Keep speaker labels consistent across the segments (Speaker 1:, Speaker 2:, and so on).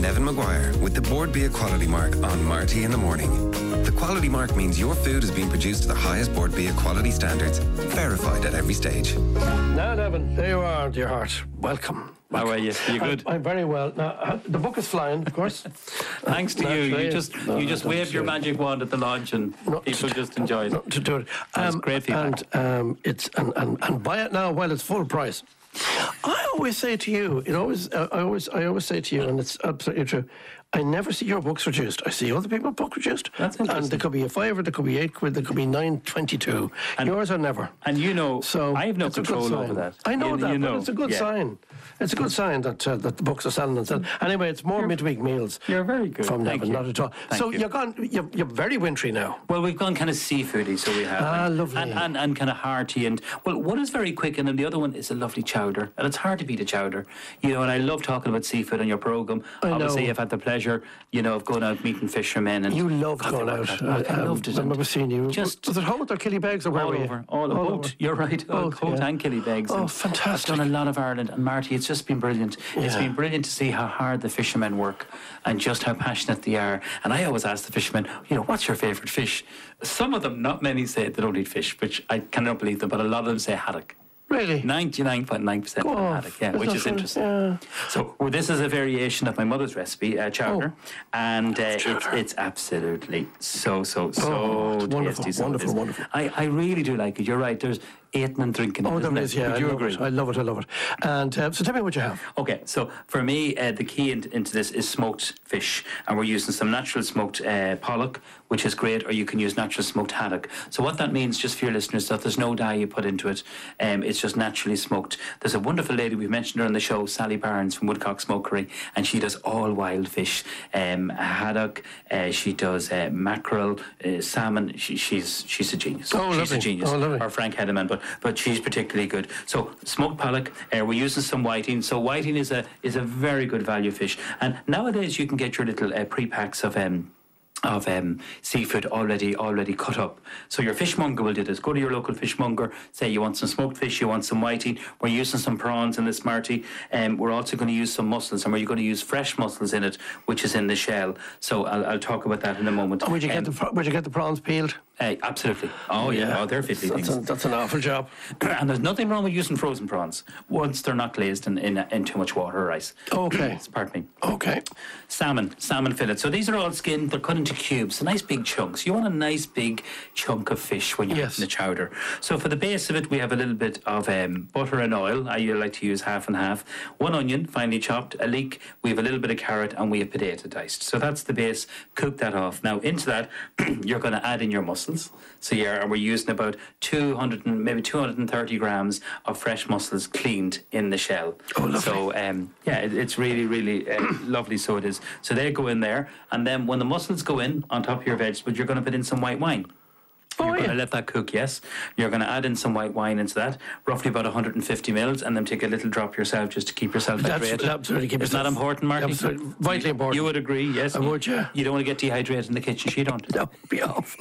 Speaker 1: Nevin Maguire with the Board Beer Quality Mark on Marty in the morning. The quality mark means your food has been produced to the highest Board Beer quality standards, verified at every stage.
Speaker 2: Now, Nevin, there you are, dear heart. Welcome.
Speaker 3: How are you? You good?
Speaker 2: I'm very well. Now, uh, the book is flying, of course.
Speaker 3: Thanks to you. You
Speaker 2: Naturally.
Speaker 3: just
Speaker 2: No,
Speaker 3: you
Speaker 2: no,
Speaker 3: just
Speaker 2: don't
Speaker 3: waved your
Speaker 2: say it.
Speaker 3: magic wand at the launch and
Speaker 2: Not
Speaker 3: people
Speaker 2: to-
Speaker 3: just enjoyed it.
Speaker 2: Not to do it.
Speaker 3: That's great feedback.
Speaker 2: And um, it's and, and, and buy it now while it's full price. I always say to you, it always uh, I always I always say to you, and it's absolutely true. I never see your books reduced. I see other people's books reduced.
Speaker 3: That's
Speaker 2: And
Speaker 3: interesting.
Speaker 2: there could be a fiver, there could be eight quid, there could be nine twenty-two. Yours are never.
Speaker 3: And you know,
Speaker 2: So
Speaker 3: I have no
Speaker 2: it's a good
Speaker 3: control
Speaker 2: sign.
Speaker 3: over that.
Speaker 2: I know
Speaker 3: You-
Speaker 2: that,
Speaker 3: you know,
Speaker 2: but it's a good
Speaker 3: yeah.
Speaker 2: sign. It's a good sign that uh, that the books are selling and selling. Anyway, it's more midweek meals.
Speaker 3: you're very good.
Speaker 2: From
Speaker 3: Thank
Speaker 2: Nevin,
Speaker 3: you.
Speaker 2: not at all.
Speaker 3: Thank
Speaker 2: so
Speaker 3: you.
Speaker 2: are gone. You're, you're very wintry now.
Speaker 3: Well, we've gone kind of seafoody, so we have.
Speaker 2: Ah,
Speaker 3: and,
Speaker 2: lovely.
Speaker 3: And, and, and kind of hearty. And, well, one is very quick, and then the other one is a lovely chowder. And it's hard to beat a chowder. You know, and I love talking about seafood on your programme.
Speaker 2: I
Speaker 3: Obviously,
Speaker 2: know.
Speaker 3: I've had the pleasure, you know, of going out meeting fishermen. And
Speaker 2: You loved
Speaker 3: God, they
Speaker 2: going
Speaker 3: were
Speaker 2: out.
Speaker 3: fantastic. uh, I, loved it.
Speaker 2: I
Speaker 3: and
Speaker 2: remember seeing you.
Speaker 3: Just
Speaker 2: was it Holt or Killybegs or where
Speaker 3: all
Speaker 2: were you?
Speaker 3: over, all,
Speaker 2: All
Speaker 3: boat.
Speaker 2: over.
Speaker 3: You're right, boat,
Speaker 2: Both, yeah.
Speaker 3: and Killybegs.
Speaker 2: Oh,
Speaker 3: and
Speaker 2: fantastic.
Speaker 3: I've done a lot of Ireland, and Marty, it's just been brilliant. It's
Speaker 2: Yeah.
Speaker 3: been brilliant to see how hard the fishermen work and just how passionate they are. And I always ask the fishermen, you know, what's your favourite fish? Some of them, not many, say they don't eat fish, which I cannot believe them, but a lot of them say haddock.
Speaker 2: Really?
Speaker 3: 99.9% of
Speaker 2: off.
Speaker 3: them haddock, yeah,
Speaker 2: That's
Speaker 3: which
Speaker 2: not
Speaker 3: is
Speaker 2: true.
Speaker 3: interesting.
Speaker 2: Yeah.
Speaker 3: So well, this is a variation of my mother's recipe, uh, chowder,
Speaker 2: Oh.
Speaker 3: and uh, it's,
Speaker 2: chowder.
Speaker 3: it's absolutely so so so
Speaker 2: Oh, it's wonderful,
Speaker 3: tasty. so it
Speaker 2: wonderful,
Speaker 3: is.
Speaker 2: wonderful.
Speaker 3: I, I really do like it. You're right. There's eating and drinking.
Speaker 2: Oh,
Speaker 3: isn't
Speaker 2: there it is. Yeah,
Speaker 3: Would
Speaker 2: I
Speaker 3: you
Speaker 2: love
Speaker 3: agree?
Speaker 2: it. I love it. I love it. And uh, so, tell me what you have.
Speaker 3: Okay, so for me, uh, the key in, into this is smoked fish, and we're using some natural smoked uh, pollock, which is great, or you can use natural smoked haddock. So what that means, just for your listeners, that there's no dye you put into it; um, it's just naturally smoked. There's a wonderful lady we've mentioned her on the show, Sally Barnes from Woodcock Smokery, and she does all wild fish, um, haddock. Uh, she does uh, mackerel, uh, salmon. She, she's she's a genius.
Speaker 2: Oh,
Speaker 3: she's
Speaker 2: lovely.
Speaker 3: a genius.
Speaker 2: Oh, lovely.
Speaker 3: Her Frank Hedeman, but but she's particularly good. So smoked pollock. Uh, we're using some whiting. So whiting is a is a very good value fish. And nowadays you can get your little uh, pre packs of. Um, of um, seafood already already cut up, so your fishmonger will do this. Go to your local fishmonger. Say you want some smoked fish, you want some whiting. We're using some prawns in this Marty. Um, we're also going to use some mussels, and we're going to use fresh mussels in it, which is in the shell. So I'll, I'll talk about that in a moment.
Speaker 2: Where'd Oh, you get
Speaker 3: Um,
Speaker 2: the the Where'd you get the prawns peeled?
Speaker 3: uh, absolutely. Oh yeah, oh, they're fiddly
Speaker 2: That's,
Speaker 3: things.
Speaker 2: a, that's an awful job.
Speaker 3: and there's nothing wrong with using frozen prawns once they're not glazed in, in, in too much water or ice.
Speaker 2: Oh, Okay.
Speaker 3: Pardon me.
Speaker 2: Okay.
Speaker 3: Salmon, salmon fillet. So these are all skinned, they're cut into cubes, nice big chunks. You want a nice big chunk of fish when you're
Speaker 2: Yes.
Speaker 3: making the chowder. So for the base of it, we have a little bit of um, butter and oil. I like to use half and half. One onion, finely chopped, a leek, we have a little bit of carrot, and we have potato diced. So that's the base. Cook that off. Now, into that, you're going to add in your mussels. So yeah, and we're using about 200 and maybe 230 grams of fresh mussels cleaned in the shell. Oh, lovely. So um, yeah, it, it's really, really uh, lovely. So it is. So they go in there, and then when the mussels go in on top of your vegetables, you're going to put in some white wine.
Speaker 2: Oh,
Speaker 3: You're going to let that cook, yes. You're going to add in some white wine into that, roughly about 150 mils, and then take a little drop yourself just to keep yourself
Speaker 2: That's-
Speaker 3: hydrated.
Speaker 2: absolutely, keep
Speaker 3: Isn't that
Speaker 2: yourself-
Speaker 3: important, Marty?
Speaker 2: absolutely, vitally important.
Speaker 3: You would agree, yes.
Speaker 2: I
Speaker 3: You-
Speaker 2: would, yeah.
Speaker 3: You don't want to get dehydrated in the kitchen, she don't.
Speaker 2: No, be off.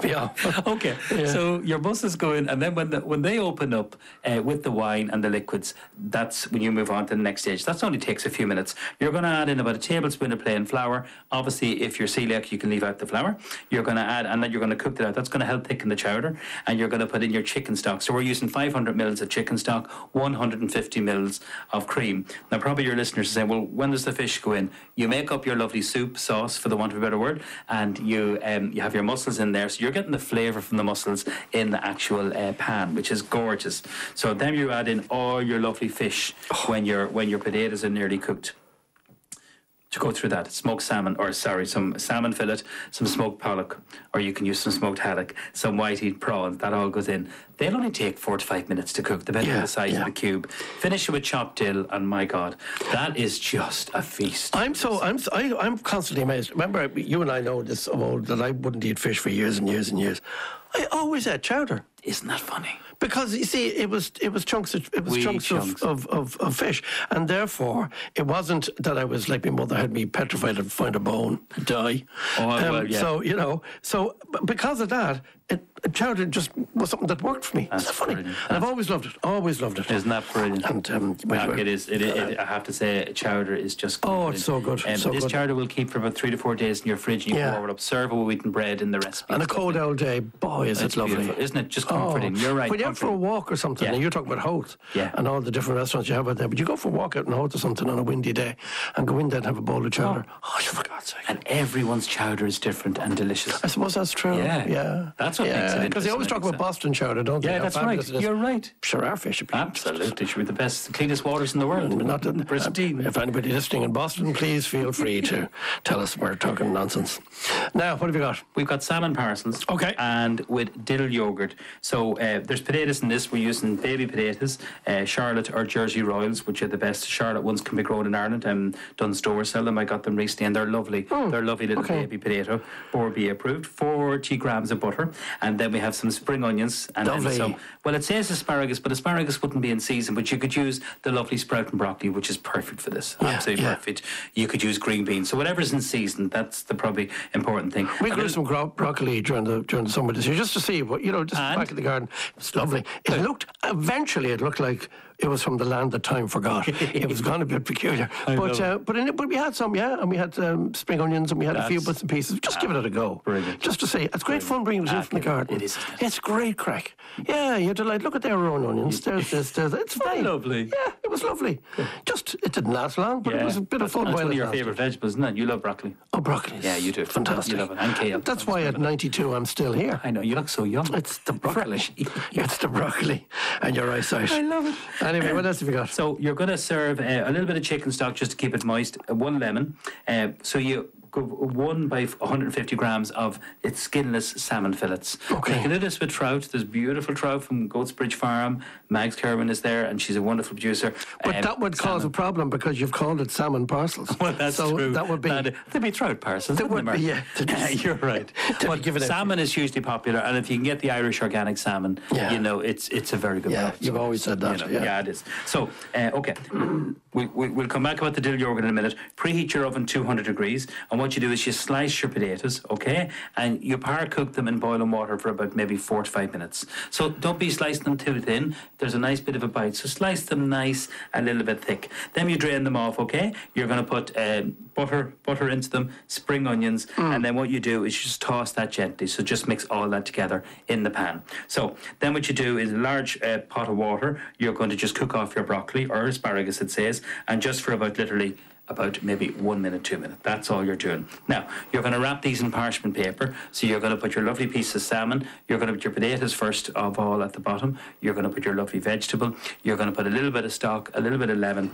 Speaker 2: Be off.
Speaker 3: Okay, so your buses go in, and then when the, when they open up uh, with the wine and the liquids, that's when you move on to the next stage. That only takes a few minutes. You're going to add in about a tablespoon of plain flour. Obviously, if you're celiac, you can leave out the flour. You're going to add, and then you're going to cook that out. That's going to help thicken the chowder, and you're going to put in your chicken stock. So we're using 500 mils of chicken stock, 150 mils of cream. Now, probably your listeners are saying, well, when does the fish go in? You make up your lovely soup sauce, for the want of a better word, and you um, you have your mussels in there. So you're getting the flavour from the mussels in the actual uh, pan, which is gorgeous. So then you add in all your lovely fish when your when your potatoes are nearly cooked to go through that smoked salmon or sorry some salmon fillet some smoked pollock or you can use some smoked haddock some whitey prawns that all goes in they'll only take four to five minutes to cook depending
Speaker 2: Yeah,
Speaker 3: on the size
Speaker 2: yeah.
Speaker 3: of the cube finish it with chopped dill and my god that is just a feast
Speaker 2: I'm so I'm so, I, I'm constantly amazed. Remember, you and I know this of old that I wouldn't eat fish for years and years and years. I always had chowder.
Speaker 3: isn't that funny
Speaker 2: because you see, it was it was chunks of, it was
Speaker 3: Wee
Speaker 2: chunks,
Speaker 3: chunks.
Speaker 2: Of, of, of of fish, and therefore it wasn't that I was like my mother had me petrified to find a bone and die. Um,
Speaker 3: Oh, well, yeah.
Speaker 2: So you know, so b- because of that, it, childhood just was something that worked for me. That's Isn't that funny,
Speaker 3: brilliant.
Speaker 2: and I've always loved it. Always loved it.
Speaker 3: Isn't that brilliant?
Speaker 2: And um,
Speaker 3: Fuck, it is. It, it, it, I have to say, chowder is just.
Speaker 2: Oh,
Speaker 3: golden.
Speaker 2: it's so good,
Speaker 3: Um,
Speaker 2: so
Speaker 3: this
Speaker 2: good.
Speaker 3: chowder will keep for about three to four days in your fridge, and you
Speaker 2: Yeah.
Speaker 3: pour it up. Serve it with wheaten bread in the recipe.
Speaker 2: and a cold old day, boy, is
Speaker 3: It's
Speaker 2: it lovely. Oh,
Speaker 3: beautiful, isn't it? Just comforting. You're right.
Speaker 2: When you're out for a
Speaker 3: comforting.
Speaker 2: walk or something,
Speaker 3: Yeah.
Speaker 2: and you're talking about Holt
Speaker 3: Yeah.
Speaker 2: and all the different restaurants you have out there, but you go for a walk out in Holt or something on a windy day and go in there and have a bowl of chowder. Oh, you for God's sake.
Speaker 3: and everyone's chowder is different and delicious.
Speaker 2: I suppose that's true.
Speaker 3: Yeah.
Speaker 2: Yeah.
Speaker 3: That's what
Speaker 2: yeah.
Speaker 3: makes it
Speaker 2: Because they always
Speaker 3: interesting,
Speaker 2: talk
Speaker 3: I think
Speaker 2: about Boston chowder, don't they?
Speaker 3: Yeah,
Speaker 2: How
Speaker 3: that's
Speaker 2: fabulous
Speaker 3: right.
Speaker 2: it is.
Speaker 3: You're right.
Speaker 2: Sure, our fish should be.
Speaker 3: Absolutely, should be the best, the cleanest waters in the world.
Speaker 2: Not that,
Speaker 3: pristine.
Speaker 2: if anybody listening in Boston, please feel free to tell us we're talking nonsense. Now, what have you got?
Speaker 3: We've got salmon parsons.
Speaker 2: Okay.
Speaker 3: And with dill yogurt. So uh, there's potatoes in this. We're using baby potatoes, uh, Charlotte or Jersey Royals, which are the best. Charlotte ones can be grown in Ireland. Um, Dunn Store sell them. I got them recently and they're lovely. they're lovely little
Speaker 2: Oh, okay.
Speaker 3: baby potato. Borby approved. 40 grams of butter. And then we have some spring onions. And
Speaker 2: Lovely.
Speaker 3: Then some, well, it says asparagus, but asparagus wouldn't be in season. But you could use the lovely sprout and broccoli, which is perfect for this. Absolutely
Speaker 2: yeah.
Speaker 3: perfect. You could use green beans. So whatever's in season, that's the probably important thing.
Speaker 2: We
Speaker 3: And
Speaker 2: grew
Speaker 3: then-
Speaker 2: some gro- broccoli during the during the summer this year, just to see what you know, just
Speaker 3: And?
Speaker 2: back in the garden. It's lovely. It looked eventually it looked like it was from the land that time forgot. it was kind of a bit peculiar, but
Speaker 3: know.
Speaker 2: uh, but in it, but we had some, yeah, and we had um, spring onions and we had a few bits and pieces. Just give it a go,
Speaker 3: brilliant.
Speaker 2: just to see. It's great fun bringing it in from the garden.
Speaker 3: it is, isn't
Speaker 2: It's great crack. Yeah, you're delighted. Look at their own onions. There's this. There's it's fine.
Speaker 3: Oh, Lovely.
Speaker 2: Yeah, it was lovely. Just it didn't last long, but it
Speaker 3: Yeah,
Speaker 2: was a bit of
Speaker 3: that's-
Speaker 2: fun.
Speaker 3: That's
Speaker 2: while
Speaker 3: one of
Speaker 2: it
Speaker 3: your
Speaker 2: lasted.
Speaker 3: favourite vegetables, isn't it? You love broccoli.
Speaker 2: Oh, broccoli. is
Speaker 3: Yeah, you do.
Speaker 2: Fantastic.
Speaker 3: You love it. And kale.
Speaker 2: That's why at 92 I'm still here.
Speaker 3: I know you look so young.
Speaker 2: It's the broccoli.
Speaker 3: Fresh.
Speaker 2: it's the broccoli and your eyesight. I love it. Anyway, what else have you got?
Speaker 3: So you're going to serve uh, a little bit of chicken stock just to keep it moist. uh, One lemon. Uh, so you. go One by 150 grams of it's skinless salmon fillets.
Speaker 2: Okay.
Speaker 3: You can do this with trout. There's beautiful trout from Goatsbridge Farm. Mags Kerwin is there, and she's a wonderful producer.
Speaker 2: But
Speaker 3: Um,
Speaker 2: that would cause a problem because you've called it salmon parcels.
Speaker 3: Well, that's
Speaker 2: so
Speaker 3: true.
Speaker 2: That would be.
Speaker 3: That- uh, There'd be trout parsons.
Speaker 2: There
Speaker 3: wouldn't
Speaker 2: would be,
Speaker 3: Mark?
Speaker 2: yeah. There'd be-
Speaker 3: You're right.
Speaker 2: be
Speaker 3: But
Speaker 2: given out.
Speaker 3: salmon is hugely popular, and if you can get the Irish organic salmon,
Speaker 2: Yeah.
Speaker 3: you know it's it's a very good.
Speaker 2: Yeah,
Speaker 3: product.
Speaker 2: you've always said that,
Speaker 3: You know,
Speaker 2: yeah.
Speaker 3: yeah. it is. So uh, okay, we, we we'll come back about the dill yogurt in a minute. Preheat your oven 200 degrees, and what you do is you slice your potatoes, okay, and you par cook them in boiling water for about maybe four to five minutes. So don't be slicing them too thin. There's a nice bit of a bite, so slice them nice, a little bit thick. Then you drain them off, okay? You're going to put um, butter butter into them, spring onions,
Speaker 2: Mm.
Speaker 3: and then what you do is you just toss that gently. So just mix all that together in the pan. So then what you do is a large uh, pot of water. You're going to just cook off your broccoli or asparagus, it says, and just for about literally about maybe one minute, two minutes. That's all you're doing. Now, you're going to wrap these in parchment paper. So you're going to put your lovely piece of salmon. You're going to put your potatoes first of all at the bottom. You're going to put your lovely vegetable. You're going to put a little bit of stock, a little bit of lemon.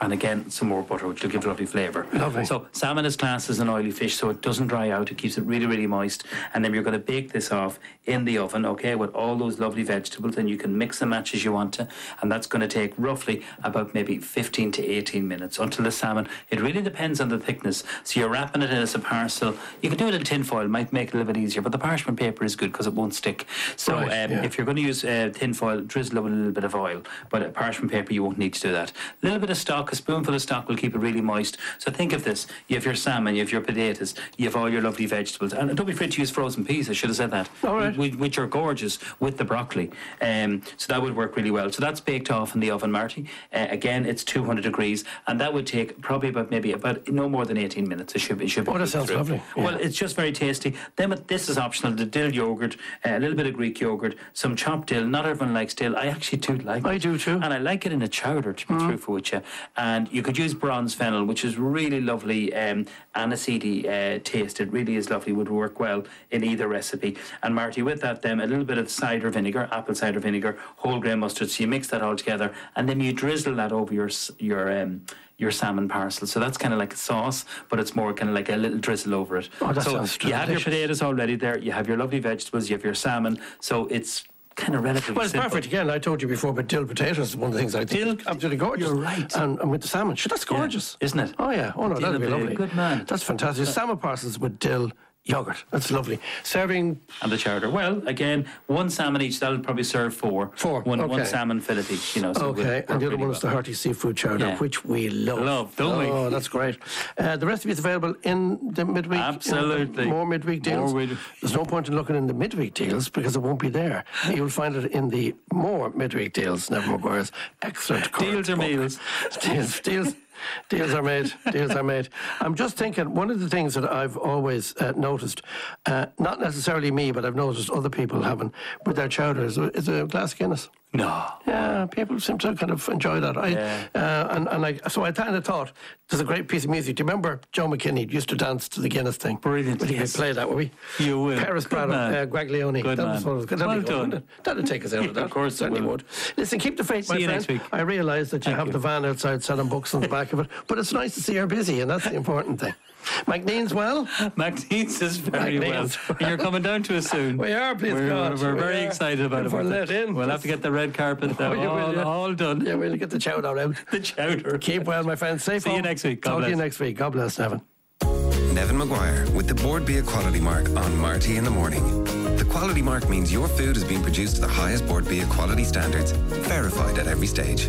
Speaker 3: And again, some more butter, which will give it lovely flavour.
Speaker 2: Lovely.
Speaker 3: So salmon is classed as an oily fish, so it doesn't dry out. It keeps it really, really moist. And then you're going to bake this off in the oven, okay, with all those lovely vegetables. And you can mix and match as you want to. And that's going to take roughly about maybe 15 to 18 minutes until the salmon. It really depends on the thickness. So you're wrapping it in as a parcel. You can do it in tin foil, might make it a little bit easier. But the parchment paper is good because it won't stick. So
Speaker 2: Right,
Speaker 3: um,
Speaker 2: yeah.
Speaker 3: if you're going to use uh, tin foil, drizzle it with a little bit of oil. But uh, parchment paper, you won't need to do that. A little bit of stock, a spoonful of stock will keep it really moist. So think of this: you have your salmon, you have your potatoes, you have all your lovely vegetables, and don't be afraid to use frozen peas. I should have said that.
Speaker 2: All right.
Speaker 3: Wh- wh- which are gorgeous with the broccoli. Um, so that would work really well. So that's baked off in the oven, Marty. Uh, again, it's 200 degrees, and that would take probably about maybe about no more than 18 minutes. It should be. It should be
Speaker 2: Oh, that
Speaker 3: cooked
Speaker 2: sounds
Speaker 3: through.
Speaker 2: lovely.
Speaker 3: Well, it's just very tasty. Then with, this is optional: the dill yogurt, uh, a little bit of Greek yogurt, some chopped dill. Not everyone likes dill. I actually do like.
Speaker 2: I
Speaker 3: it.
Speaker 2: do too. Mm.
Speaker 3: And I like it in a chowder, to be truthful with you. And you could use bronze fennel, which is really lovely um, aniseedy uh, taste. It really is lovely. Would work well in either recipe. And Marty, with that, then a little bit of cider vinegar, apple cider vinegar, whole grain mustard. So you mix that all together, and then you drizzle that over your s- your. Um, your salmon parcel. So that's kind of like a sauce, but it's more kind of like a little drizzle over it.
Speaker 2: Oh, that
Speaker 3: so
Speaker 2: sounds
Speaker 3: you have your
Speaker 2: delicious.
Speaker 3: potatoes already there, you have your lovely vegetables, you have your salmon. So it's kind of relatively
Speaker 2: Well, it's
Speaker 3: simple.
Speaker 2: perfect. Again, I told you before, but dill potatoes is one of the things I think
Speaker 3: Dill-
Speaker 2: is absolutely gorgeous.
Speaker 3: you're right.
Speaker 2: And, and with the salmon, sure, that's gorgeous,
Speaker 3: isn't it?
Speaker 2: Oh yeah. Oh no,
Speaker 3: Dill
Speaker 2: that'd be
Speaker 3: potato,
Speaker 2: lovely.
Speaker 3: good man.
Speaker 2: That's fantastic. Salmon parcels with dill yogurt. That's lovely. Serving
Speaker 3: and the chowder. Well, again, one salmon each. That'll probably serve four.
Speaker 2: Four,
Speaker 3: One, one
Speaker 2: okay.
Speaker 3: salmon fillet each. You know. So
Speaker 2: Okay, and the other one is the hearty seafood chowder,
Speaker 3: Yeah.
Speaker 2: which we love.
Speaker 3: Love, don't we?
Speaker 2: oh, that's great. Uh, the recipe is available in the midweek. in the
Speaker 3: Absolutely.
Speaker 2: more midweek
Speaker 3: More
Speaker 2: deals.
Speaker 3: mid-
Speaker 2: There's no point in looking in the midweek deals because it won't be there. You'll find it in the more midweek deals, Never McGuire's excellent current
Speaker 3: Deals are
Speaker 2: book.
Speaker 3: meals.
Speaker 2: deals, deals, deals are made. Deals are made. I'm just thinking. One of the things that I've always uh, noticed, uh, not necessarily me, but I've noticed other people having with their chowder is a, is a glass Guinness.
Speaker 3: No.
Speaker 2: Yeah, people seem to kind of enjoy that. I,
Speaker 3: Yeah.
Speaker 2: uh, and, and I, so I kind of thought, there's a great piece of music. Do you remember Joe McKinney used to dance to the Guinness thing?
Speaker 3: Brilliant,
Speaker 2: We'll
Speaker 3: yes.
Speaker 2: play that, will we?
Speaker 3: You will.
Speaker 2: Paris
Speaker 3: Good
Speaker 2: Prado,
Speaker 3: man.
Speaker 2: uh, Guaglione.
Speaker 3: Good
Speaker 2: that
Speaker 3: man.
Speaker 2: was one of the, that'd
Speaker 3: Well
Speaker 2: be good,
Speaker 3: done.
Speaker 2: wouldn't it? That'd take us out
Speaker 3: Yeah,
Speaker 2: of that.
Speaker 3: of course it
Speaker 2: Certainly
Speaker 3: will.
Speaker 2: would. Listen, keep the faith,
Speaker 3: See
Speaker 2: my
Speaker 3: you
Speaker 2: friend.
Speaker 3: next week.
Speaker 2: I realise that you have the van outside selling books on the back of it, but it's nice to see you're busy, and that's the important thing. McNean's well.
Speaker 3: Magnesium is very well.
Speaker 2: Magnesium's
Speaker 3: You're coming down to us soon.
Speaker 2: We are, please
Speaker 3: We're,
Speaker 2: God.
Speaker 3: we're
Speaker 2: We
Speaker 3: very
Speaker 2: are.
Speaker 3: excited about
Speaker 2: If
Speaker 3: it.
Speaker 2: we're let in. Oh,
Speaker 3: We'll have to get the red carpet though.
Speaker 2: you will,
Speaker 3: all,
Speaker 2: yeah.
Speaker 3: all done.
Speaker 2: Yeah, we'll get the chowder out.
Speaker 3: The chowder.
Speaker 2: Keep well, my friend. Safe
Speaker 3: See you
Speaker 2: home.
Speaker 3: next week. God
Speaker 2: Talk to you
Speaker 3: bless.
Speaker 2: next week. God bless, Nevin.
Speaker 1: Nevin Maguire with the Board Beer Quality Mark on Marty in the Morning. The quality mark means your food has been produced to the highest Board Beer quality standards, verified at every stage.